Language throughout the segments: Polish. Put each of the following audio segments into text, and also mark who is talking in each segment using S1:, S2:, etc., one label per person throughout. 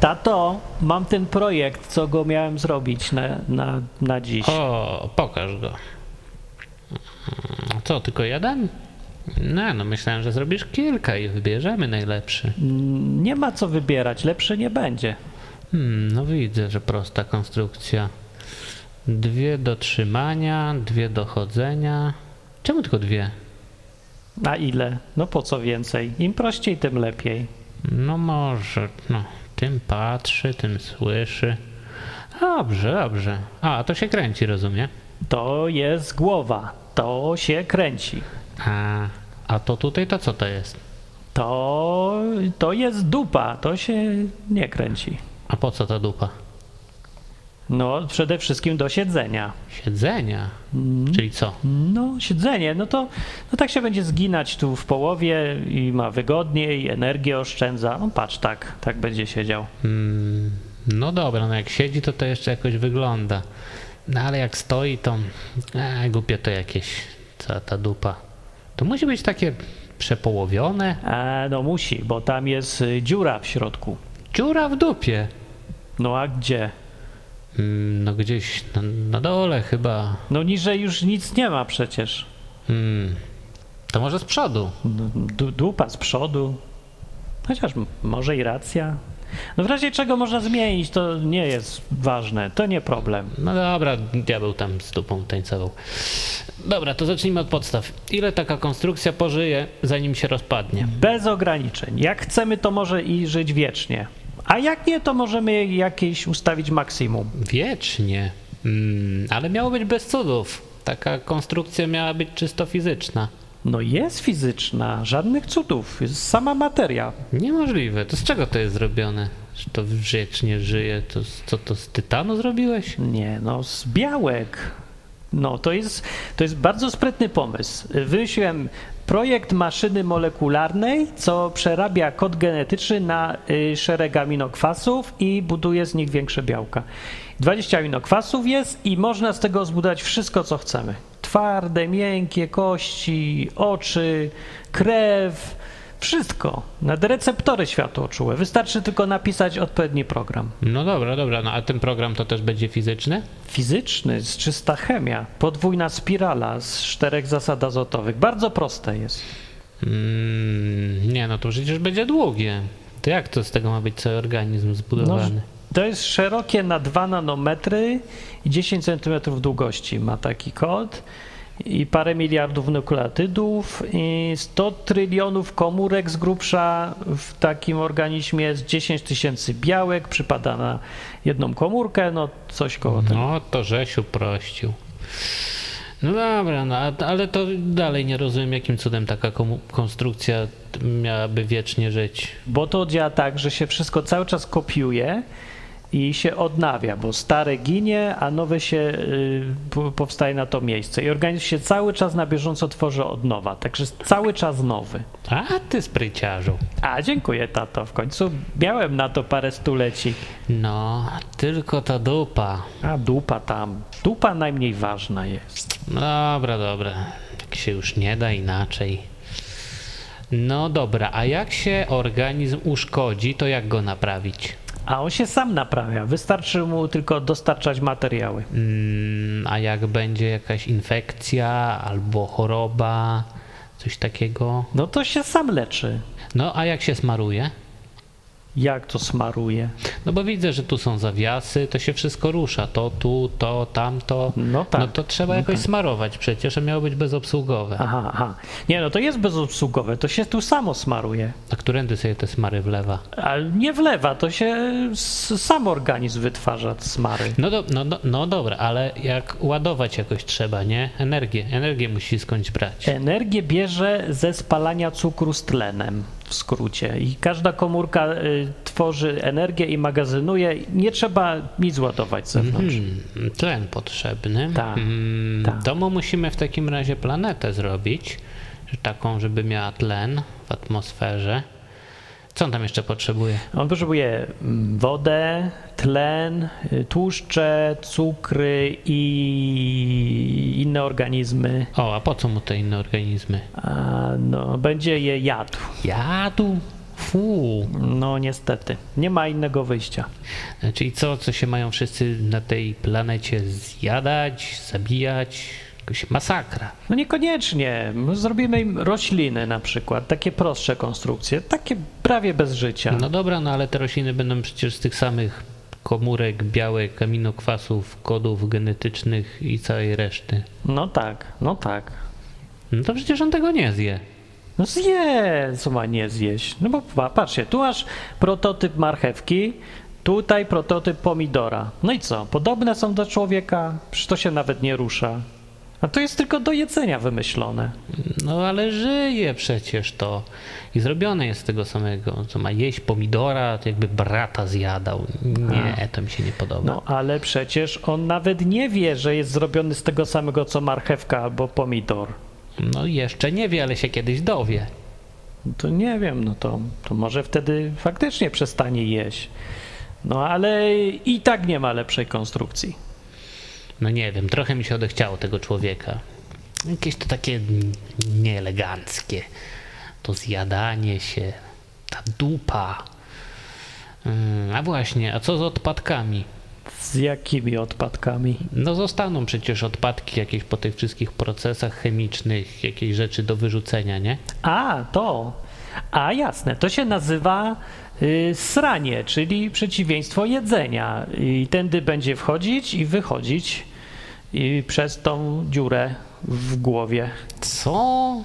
S1: Tato, mam ten projekt, co go miałem zrobić na, na, na dziś.
S2: O, pokaż go. Co, tylko jeden? No, no myślałem, że zrobisz kilka i wybierzemy najlepszy.
S1: Mm, Nie ma co wybierać, lepszy nie będzie.
S2: Hmm, no widzę, że prosta konstrukcja. Dwie do trzymania, dwie do chodzenia. Czemu tylko dwie?
S1: A ile? No po co więcej? Im prościej, tym lepiej.
S2: No może, no, tym patrzy, tym słyszy. Dobrze, dobrze. A, to się kręci, rozumiem.
S1: To jest głowa, to się kręci.
S2: A, a to tutaj to co to jest?
S1: To, to jest dupa, to się nie kręci.
S2: A po co ta dupa?
S1: No, przede wszystkim do siedzenia. Mm.
S2: Siedzenia. Czyli co?
S1: No, siedzenie, no to no tak się będzie zginać tu w połowie i ma wygodniej, energię oszczędza. No patrz, tak, tak będzie siedział.
S2: Mm, no dobra, no jak siedzi, to to jeszcze jakoś wygląda. No ale jak stoi, to e, głupie to jakieś, cała ta dupa. To musi być takie przepołowione.
S1: A, no musi, bo tam jest y, dziura w środku.
S2: Dziura w dupie.
S1: No a gdzie?
S2: Mm, no gdzieś na, na dole chyba.
S1: No niżej już nic nie ma przecież.
S2: Mm, to może z przodu.
S1: Du- dupa z przodu. Chociaż m- może i racja. No w razie czego można zmienić, to nie jest ważne, to nie problem.
S2: No dobra, diabeł tam z dupą tańcował. Dobra, to zacznijmy od podstaw. Ile taka konstrukcja pożyje, zanim się rozpadnie?
S1: Bez ograniczeń. Jak chcemy, to może i żyć wiecznie. A jak nie, to możemy jakieś ustawić maksimum.
S2: Wiecznie. Mm, ale miało być bez cudów. Taka konstrukcja miała być czysto fizyczna.
S1: No jest fizyczna, żadnych cudów, jest sama materia.
S2: Niemożliwe. To z czego to jest zrobione? Że to wiecznie żyje? To, z- co to z tytanu zrobiłeś?
S1: Nie, no z białek. No to jest, to jest bardzo sprytny pomysł. Wymyśliłem projekt maszyny molekularnej, co przerabia kod genetyczny na y, szereg aminokwasów i buduje z nich większe białka. 20 aminokwasów jest i można z tego zbudować wszystko, co chcemy. Twarde, miękkie, kości, oczy, krew, wszystko. Nawet receptory światłoczułe. Wystarczy tylko napisać odpowiedni program.
S2: No dobra, dobra. No a ten program to też będzie fizyczny?
S1: Fizyczny, z czysta chemia, podwójna spirala z czterech zasad azotowych. Bardzo proste jest.
S2: Mm, nie, no to przecież będzie długie. To jak to z tego ma być cały organizm zbudowany?
S1: No, To jest szerokie na 2 nanometry i 10 cm długości ma taki kod i parę miliardów nukleotydów i 100 trylionów komórek z grubsza w takim organizmie jest 10 tysięcy białek, przypada na jedną komórkę, no coś koło tego.
S2: No to żeś uprościł. No dobra, no, a- ale to dalej nie rozumiem, jakim cudem taka komu- konstrukcja t- miałaby wiecznie żyć.
S1: Bo to działa tak, że się wszystko cały czas kopiuje i się odnawia, bo stare ginie, a nowe się y, p- powstaje na to miejsce. I organizm się cały czas na bieżąco tworzy od nowa, także jest cały czas nowy.
S2: A ty spryciarzu.
S1: A dziękuję, tato. W końcu miałem na to parę stuleci.
S2: No, tylko ta dupa.
S1: A dupa tam. Dupa najmniej ważna jest.
S2: No Dobra, dobra. Jak się już nie da inaczej. No dobra, a jak się organizm uszkodzi, to jak go naprawić?
S1: A on się sam naprawia. Wystarczy mu tylko dostarczać materiały.
S2: Mm, a jak będzie jakaś infekcja albo choroba, coś takiego?
S1: No to się sam leczy.
S2: No a jak się smaruje?
S1: Jak to smaruje?
S2: No bo widzę, że tu są zawiasy, to się wszystko rusza. To tu, to, tamto.
S1: No tak.
S2: No to trzeba jakoś smarować przecież, a miało być bezobsługowe.
S1: Aha, aha. Nie, no to jest bezobsługowe, to się tu samo smaruje.
S2: A którędy sobie te smary wlewa?
S1: Ale nie wlewa, to się s- sam organizm wytwarza smary.
S2: No, do, no, do, no dobra, ale jak ładować jakoś trzeba, nie? Energię. Energię musi skądś brać.
S1: E- Energię bierze ze spalania cukru z tlenem, w skrócie. I każda komórka y, tworzy energię i magazynuje. Nie trzeba nic ładować z zewnątrz.
S2: Hmm, tlen potrzebny.
S1: Tak,
S2: Mm,
S1: tak.
S2: To mu musimy w takim razie planetę zrobić, że taką, żeby miała tlen w atmosferze. Co on tam jeszcze potrzebuje?
S1: On potrzebuje mm, wodę, tlen, y, tłuszcze, cukry i inne organizmy.
S2: O, a po co mu te inne organizmy?
S1: A, no, będzie je jadł.
S2: Jadł? Fu.
S1: No niestety, nie ma innego wyjścia.
S2: Czyli co, co się mają wszyscy na tej planecie zjadać, zabijać? Jakaś masakra.
S1: No niekoniecznie. Zrobimy im rośliny na przykład, takie prostsze konstrukcje, takie prawie bez życia.
S2: No dobra, no ale te rośliny będą przecież z tych samych komórek, białek, aminokwasów, kodów genetycznych i całej reszty.
S1: No tak, no tak.
S2: No to przecież on tego nie zje.
S1: No zje, co ma nie zjeść. No bo pa- patrzcie, tu masz prototyp marchewki, tutaj prototyp pomidora. No i co? Podobne są do człowieka, przecież to się nawet nie rusza. A to jest tylko do jedzenia wymyślone.
S2: No ale żyje przecież to. I zrobione jest z tego samego, co ma jeść pomidora, to jakby brata zjadał. Nie, to mi się nie podoba.
S1: No ale przecież on nawet nie wie, że jest zrobiony z tego samego co marchewka albo pomidor.
S2: No jeszcze nie wie, ale się kiedyś dowie.
S1: To nie wiem, no to, to może wtedy faktycznie przestanie jeść. No ale i tak nie ma lepszej konstrukcji.
S2: No nie wiem, trochę mi się odechciało tego człowieka. Jakieś to takie n- nieeleganckie. To zjadanie się, ta dupa. Mm, A właśnie, a co z odpadkami?
S1: Z jakimi odpadkami?
S2: No zostaną przecież odpadki jakieś po tych wszystkich procesach chemicznych, jakieś rzeczy do wyrzucenia, nie?
S1: A, to. A jasne, to się nazywa y, sranie, czyli przeciwieństwo jedzenia. I tędy będzie wchodzić i wychodzić i przez tą dziurę w głowie.
S2: Co?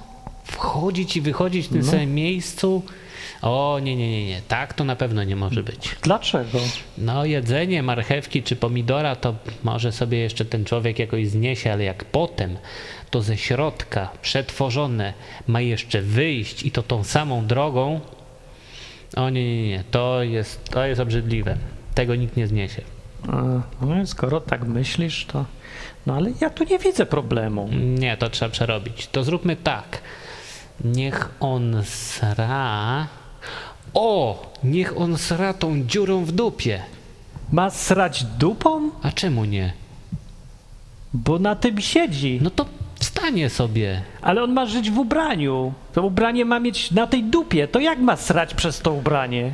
S2: Wchodzić i wychodzić w tym samym miejscu? O, nie, nie, nie, nie. Tak to na pewno nie może być.
S1: Dlaczego?
S2: No, jedzenie marchewki czy pomidora to może sobie jeszcze ten człowiek jakoś zniesie, ale jak potem to ze środka przetworzone ma jeszcze wyjść i to tą samą drogą. O nie, nie, nie, to jest, to jest obrzydliwe. Tego nikt nie zniesie.
S1: A, No, skoro tak myślisz, to. No ale ja tu nie widzę problemu.
S2: Nie, to trzeba przerobić. To zróbmy tak. Niech on sra. O! Niech on sra tą dziurą w dupie.
S1: Ma srać dupą?
S2: A czemu nie?
S1: Bo na tym siedzi.
S2: No to wstanie sobie.
S1: Ale on ma żyć w ubraniu. To ubranie ma mieć na tej dupie. To jak ma srać przez to ubranie?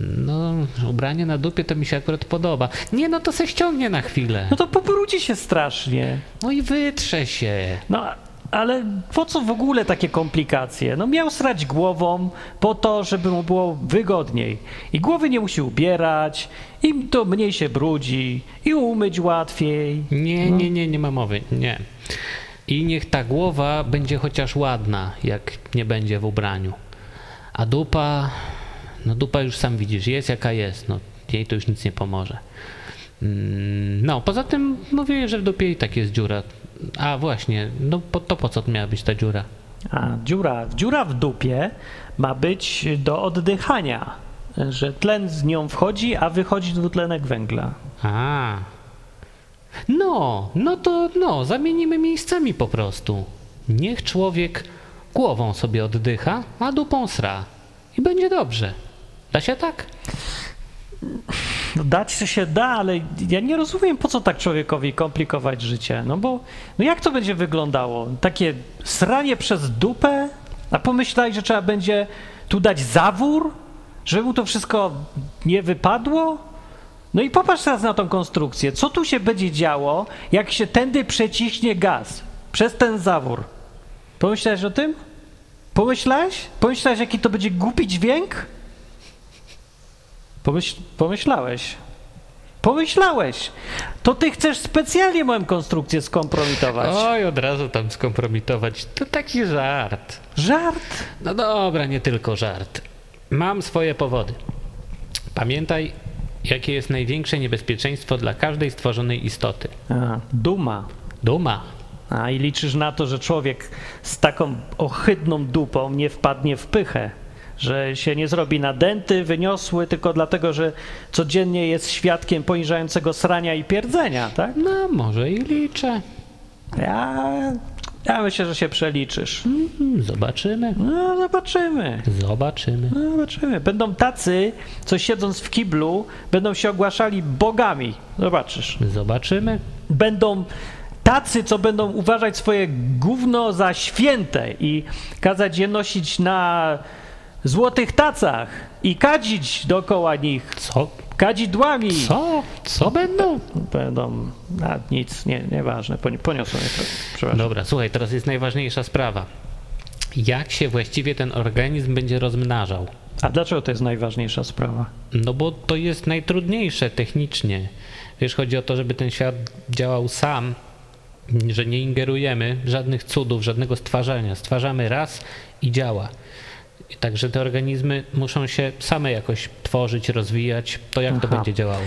S2: No, ubranie na dupie to mi się akurat podoba. Nie, no to se ściągnie na chwilę.
S1: No to pobrudzi się strasznie.
S2: No i wytrze się.
S1: No, ale po co w ogóle takie komplikacje? No miał srać głową po to, żeby mu było wygodniej. I głowy nie musi ubierać, i to mniej się brudzi, i umyć łatwiej.
S2: Nie, nie, nie, nie ma mowy, nie. I niech ta głowa będzie chociaż ładna, jak nie będzie w ubraniu. A dupa, no dupa już sam widzisz, jest jaka jest, no jej to już nic nie pomoże. Mm, No, poza tym mówię, że w dupie i tak jest dziura. A właśnie, no po, to po co miała być ta dziura?
S1: A dziura, dziura w dupie ma być do oddychania, że tlen z nią wchodzi, a wychodzi dwutlenek węgla.
S2: A. No, no to no, zamienimy miejscami po prostu. Niech człowiek głową sobie oddycha, a dupą sra. I będzie dobrze. Da się tak?
S1: No dać się da, ale ja nie rozumiem, po co tak człowiekowi komplikować życie. No bo no jak to będzie wyglądało? Takie sranie przez dupę? A pomyślaj, że trzeba będzie tu dać zawór, żeby mu to wszystko nie wypadło? No i popatrz teraz na tą konstrukcję. Co tu się będzie działo, jak się tędy przeciśnie gaz przez ten zawór? Pomyślałeś o tym? Pomyślałeś? Pomyślałeś, jaki to będzie głupi dźwięk? Pomyśl, pomyślałeś. Pomyślałeś! To ty chcesz specjalnie moją konstrukcję skompromitować.
S2: Oj, od razu tam skompromitować. To taki żart.
S1: Żart!
S2: No dobra, nie tylko żart. Mam swoje powody. Pamiętaj, jakie jest największe niebezpieczeństwo dla każdej stworzonej istoty.
S1: A, duma.
S2: Duma.
S1: A i liczysz na to, że człowiek z taką ohydną dupą nie wpadnie w pychę. Że się nie zrobi nadęty, wyniosły tylko dlatego, że codziennie jest świadkiem poniżającego srania i pierdzenia, tak?
S2: No, może i liczę.
S1: Ja, ja myślę, że się przeliczysz.
S2: Mm, Zobaczymy.
S1: No, zobaczymy.
S2: Zobaczymy.
S1: No zobaczymy. Będą tacy, co siedząc w kiblu, będą się ogłaszali bogami. Zobaczysz.
S2: Zobaczymy.
S1: Będą tacy, co będą uważać swoje gówno za święte i kazać je nosić na złotych tacach i kadzić dookoła nich,
S2: Co?
S1: kadzidłami.
S2: Co? Co będą?
S1: Będą, a nic, nie, nieważne, poni- poniosłem je, pre- przepraszam.
S2: Dobra, słuchaj, teraz jest najważniejsza sprawa. Jak się właściwie ten organizm będzie rozmnażał?
S1: A dlaczego to jest najważniejsza sprawa?
S2: No bo to jest najtrudniejsze technicznie. Wiesz, chodzi o to, żeby ten świat działał sam, że nie ingerujemy żadnych cudów, żadnego stwarzania. Stwarzamy raz i działa. I Także te organizmy muszą się same jakoś tworzyć, rozwijać. To jak to
S1: Aha.
S2: będzie działało?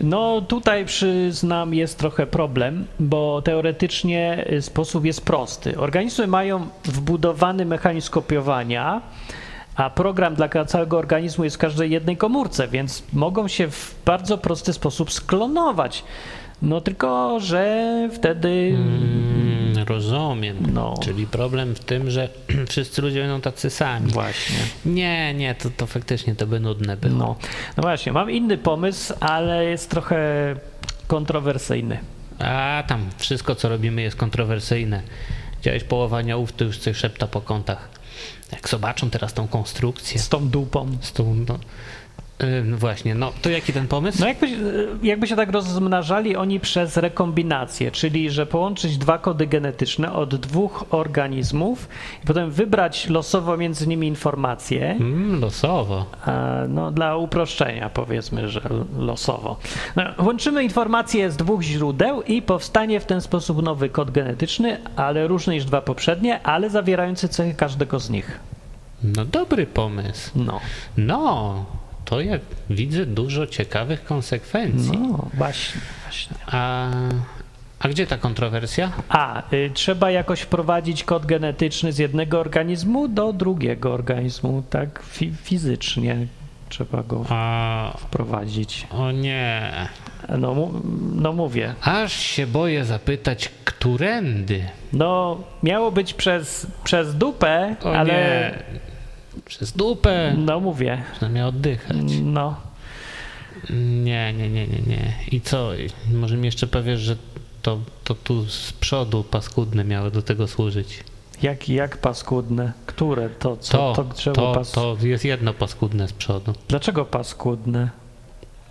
S1: No tutaj przyznam jest trochę problem, bo teoretycznie y, sposób jest prosty. Organizmy mają wbudowany mechanizm kopiowania, a program dla ka- całego organizmu jest w każdej jednej komórce, więc mogą się w bardzo prosty sposób sklonować. No tylko, że wtedy...
S2: Mm, rozumiem.
S1: No.
S2: Czyli problem w tym, że wszyscy ludzie będą tacy sami.
S1: Właśnie.
S2: Nie, nie, to, to faktycznie to by nudne było.
S1: No. no właśnie, mam inny pomysł, ale jest trochę kontrowersyjny.
S2: A tam wszystko co robimy jest kontrowersyjne. Widziałeś połowania ów, to już coś szepta po kątach. Jak zobaczą teraz tą konstrukcję
S1: Z tą dupą.
S2: z tą, no, Yy, no właśnie, no to jaki ten pomysł?
S1: No jakby, jakby się tak rozmnażali oni przez rekombinację, czyli że połączyć dwa kody genetyczne od dwóch organizmów i potem wybrać losowo między nimi informacje,
S2: Mm, losowo.
S1: a, no dla uproszczenia powiedzmy, że losowo. No, łączymy informacje z dwóch źródeł i powstanie w ten sposób nowy kod genetyczny, ale różny niż dwa poprzednie, ale zawierający cechy każdego z nich.
S2: No dobry pomysł.
S1: No,
S2: No, to ja widzę dużo ciekawych konsekwencji.
S1: no właśnie, właśnie.
S2: A, a gdzie ta kontrowersja?
S1: A, y, trzeba jakoś wprowadzić kod genetyczny z jednego organizmu do drugiego organizmu, tak fi- fizycznie trzeba go
S2: A,
S1: wprowadzić.
S2: o nie.
S1: No, mu- no mówię,
S2: Aż się boję zapytać, którędy?
S1: no miało być przez, przez dupę,
S2: O
S1: ale
S2: nie. Przez dupę.
S1: no mówię,
S2: Przynajmniej oddychać.
S1: no.
S2: Nie, nie, nie, nie, nie. I co? Może mi jeszcze powiesz, że to, to tu z przodu paskudne miało do tego służyć.
S1: Jak, jak paskudne? Które to, co
S2: To,
S1: to,
S2: to,
S1: drzewo
S2: to,
S1: pas...
S2: jest jedno paskudne z przodu.
S1: Dlaczego paskudne?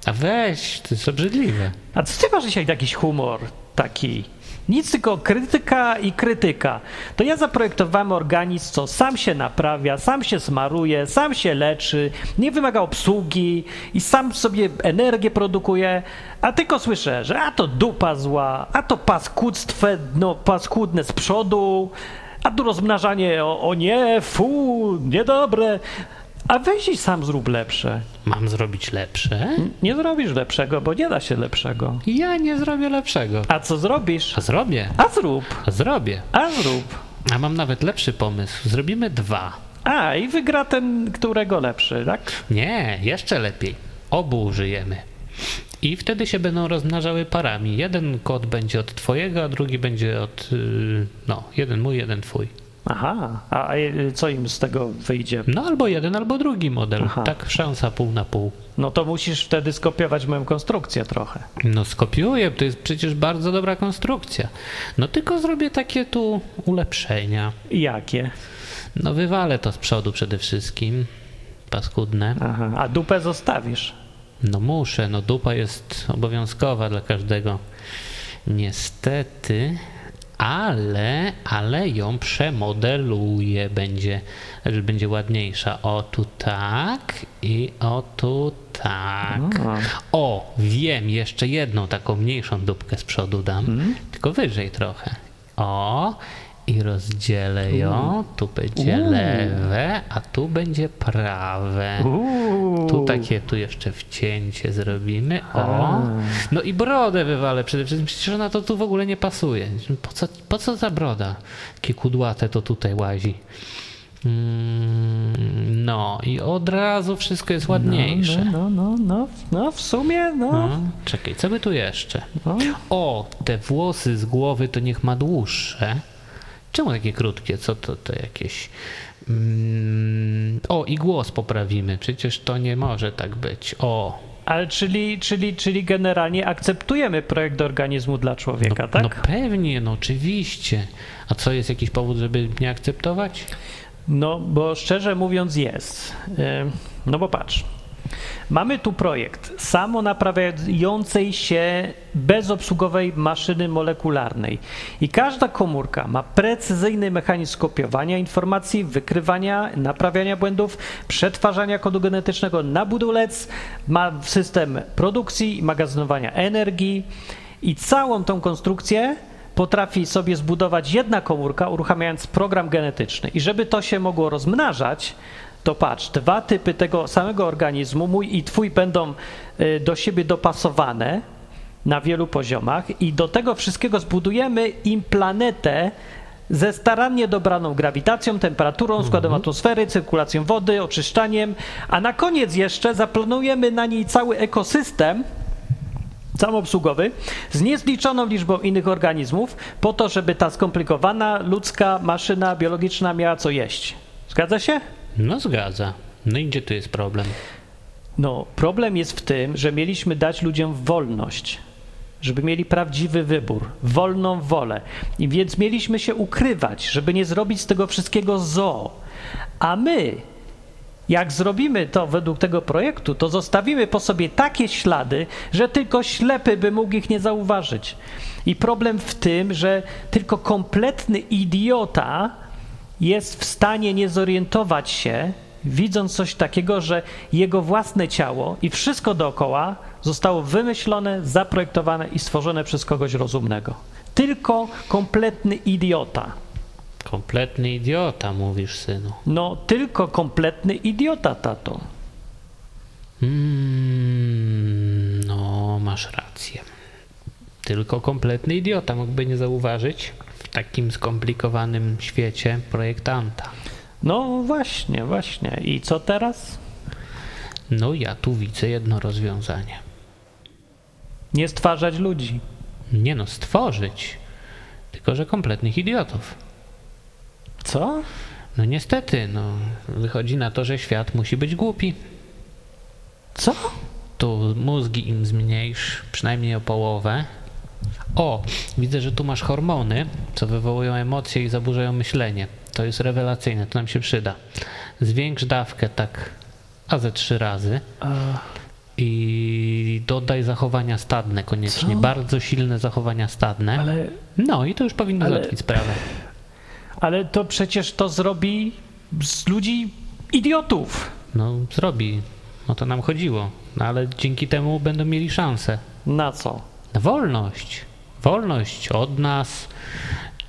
S2: A weź, to jest obrzydliwe.
S1: A co ty masz dzisiaj jakiś humor taki? Nic, tylko krytyka i krytyka. To ja zaprojektowałem organizm, co sam się naprawia, sam się smaruje, sam się leczy, nie wymaga obsługi i sam sobie energię produkuje, a tylko słyszę, że a to dupa zła, a to paskudztwo, no paskudne z przodu, a tu rozmnażanie, o, o nie, fu, niedobre. A weź i sam zrób lepsze.
S2: Mam zrobić lepsze?
S1: Nie zrobisz lepszego, bo nie da się lepszego.
S2: Ja nie zrobię lepszego.
S1: A co zrobisz?
S2: A zrobię,
S1: A zrób,
S2: a zrobię.
S1: a zrób.
S2: A mam nawet lepszy pomysł. Zrobimy dwa.
S1: A, i wygra ten, którego lepszy, tak?
S2: Nie, jeszcze lepiej. Obu użyjemy. I wtedy się będą rozmnażały parami. Jeden kod będzie od twojego, a drugi będzie od. y, No, jeden mój, jeden twój.
S1: Aha, a y, co im z tego wyjdzie?
S2: No albo jeden, albo drugi model.
S1: Aha.
S2: Tak, szansa pół na pół.
S1: No to musisz wtedy skopiować moją konstrukcję trochę.
S2: No skopiuję, to jest przecież bardzo dobra konstrukcja. No tylko zrobię takie tu ulepszenia.
S1: Jakie?
S2: No wywalę to z przodu przede wszystkim. Paskudne.
S1: Aha, a dupę zostawisz.
S2: No muszę, no dupa jest obowiązkowa dla każdego. Niestety, ale, ale ją przemodeluję, będzie, że będzie ładniejsza. O tu tak i o tu tak.
S1: A.
S2: O, wiem, jeszcze jedną taką mniejszą dupkę z przodu dam, tylko wyżej trochę. O, i rozdzielę ją, tu będzie
S1: Uuu.
S2: lewe, a tu będzie prawe.
S1: Uuu.
S2: Tu takie, tu jeszcze wcięcie zrobimy. O!
S1: A.
S2: No i brodę wywalę przede wszystkim. Przecież ona to tu w ogóle nie pasuje. Po co, po co ta broda? Takie kudłate to tutaj łazi. Mm, no i od razu wszystko jest ładniejsze.
S1: No, no, no, no, no w sumie, no.
S2: No, czekaj, co by tu jeszcze?
S1: no.
S2: O, te włosy z głowy to niech ma dłuższe. Czemu takie krótkie? Co to, to jakieś. Mm, o, i głos poprawimy. Przecież to nie może tak być. O,
S1: Ale czyli, czyli, czyli generalnie akceptujemy projekt organizmu dla człowieka, tak?
S2: No pewnie, no oczywiście. A co jest jakiś powód, żeby nie akceptować?
S1: No, bo szczerze mówiąc jest. Ym, No bo patrz. Mamy tu projekt samonaprawiającej się bezobsługowej maszyny molekularnej. I każda komórka ma precyzyjny mechanizm kopiowania informacji, wykrywania, naprawiania błędów, przetwarzania kodu genetycznego na budulec, ma system produkcji i magazynowania energii. I całą tą konstrukcję potrafi sobie zbudować jedna komórka, uruchamiając program genetyczny. I żeby to się mogło rozmnażać, to patrz, dwa typy tego samego organizmu, mój i twój, będą y, do siebie dopasowane na wielu poziomach, i do tego wszystkiego zbudujemy im planetę ze starannie dobraną grawitacją, temperaturą, składem atmosfery, cyrkulacją wody, oczyszczaniem, a na koniec jeszcze zaplanujemy na niej cały ekosystem, samoobsługowy z niezliczoną liczbą innych organizmów po to, żeby ta skomplikowana ludzka maszyna biologiczna miała co jeść. Zgadza się?
S2: No zgadza. No i gdzie tu jest problem?
S1: No, problem jest w tym, że mieliśmy dać ludziom wolność, żeby mieli prawdziwy wybór, wolną wolę. I więc mieliśmy się ukrywać, żeby nie zrobić z tego wszystkiego zoo. A my, jak zrobimy to według tego projektu, to zostawimy po sobie takie ślady, że tylko ślepy by mógł ich nie zauważyć. I problem w tym, że tylko kompletny idiota jest w stanie nie zorientować się, widząc coś takiego, że jego własne ciało i wszystko dookoła zostało wymyślone, zaprojektowane i stworzone przez kogoś rozumnego. Tylko kompletny idiota.
S2: Kompletny idiota, mówisz, synu.
S1: No, tylko kompletny idiota, tato.
S2: Mm, no, masz rację. Tylko kompletny idiota mógłby nie zauważyć w takim skomplikowanym świecie projektanta.
S1: No właśnie, właśnie. I co teraz?
S2: No, ja tu widzę jedno rozwiązanie.
S1: Nie stwarzać ludzi.
S2: Nie no, stworzyć. Tylko, że kompletnych idiotów.
S1: Co?
S2: No niestety, no, wychodzi na to, że świat musi być głupi.
S1: Co?
S2: Tu mózgi im zmniejsz, przynajmniej o połowę. O, widzę, że tu masz hormony, co wywołują emocje i zaburzają myślenie. To jest rewelacyjne, to nam się przyda. Zwiększ dawkę tak, a ze trzy razy. I dodaj zachowania stadne koniecznie,
S1: Co?
S2: bardzo silne zachowania stadne.
S1: ale,
S2: No i to już powinno
S1: Ale-
S2: załatwić sprawę.
S1: ale to przecież to zrobi z ludzi idiotów.
S2: No zrobi, o to nam chodziło, no, ale dzięki temu będą mieli szansę.
S1: Na co?
S2: Wolność. Wolność od nas.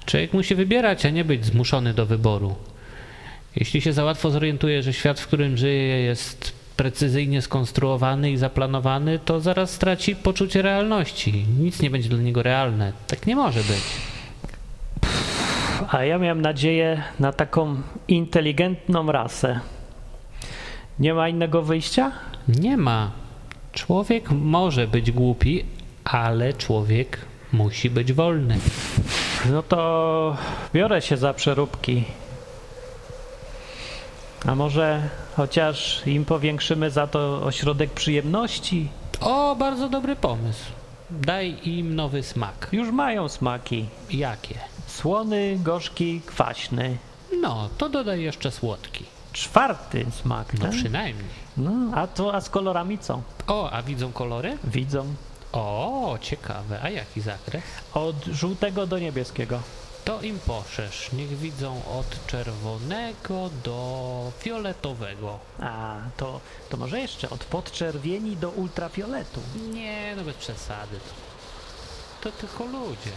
S2: Człowiek musi wybierać, a nie być zmuszony do wyboru. Jeśli się za łatwo zorientuje, że świat, w którym żyje, jest precyzyjnie skonstruowany i zaplanowany, to zaraz straci poczucie realności. Nic nie będzie dla niego realne. Tak nie może być.
S1: A ja miałem nadzieję na taką inteligentną rasę. Nie ma innego wyjścia?
S2: Nie ma. Człowiek może być głupi, ale człowiek musi być wolny.
S1: No to biorę się za przeróbki. A może chociaż im powiększymy za to ośrodek przyjemności?
S2: O, bardzo dobry pomysł. Daj im nowy smak.
S1: Już mają smaki.
S2: Jakie?
S1: Słony, gorzki, kwaśny.
S2: No, to dodaj jeszcze słodki.
S1: Czwarty smak,
S2: No
S1: tak?
S2: przynajmniej.
S1: No, a to a z kolorami co?
S2: O, a widzą kolory?
S1: Widzą.
S2: O, ciekawe. A jaki zakres?
S1: Od żółtego do niebieskiego.
S2: To im poszerz. Niech widzą od czerwonego do fioletowego.
S1: A to, to może jeszcze od podczerwieni do ultrafioletu.
S2: Nie, no bez przesady. To, to tylko ludzie.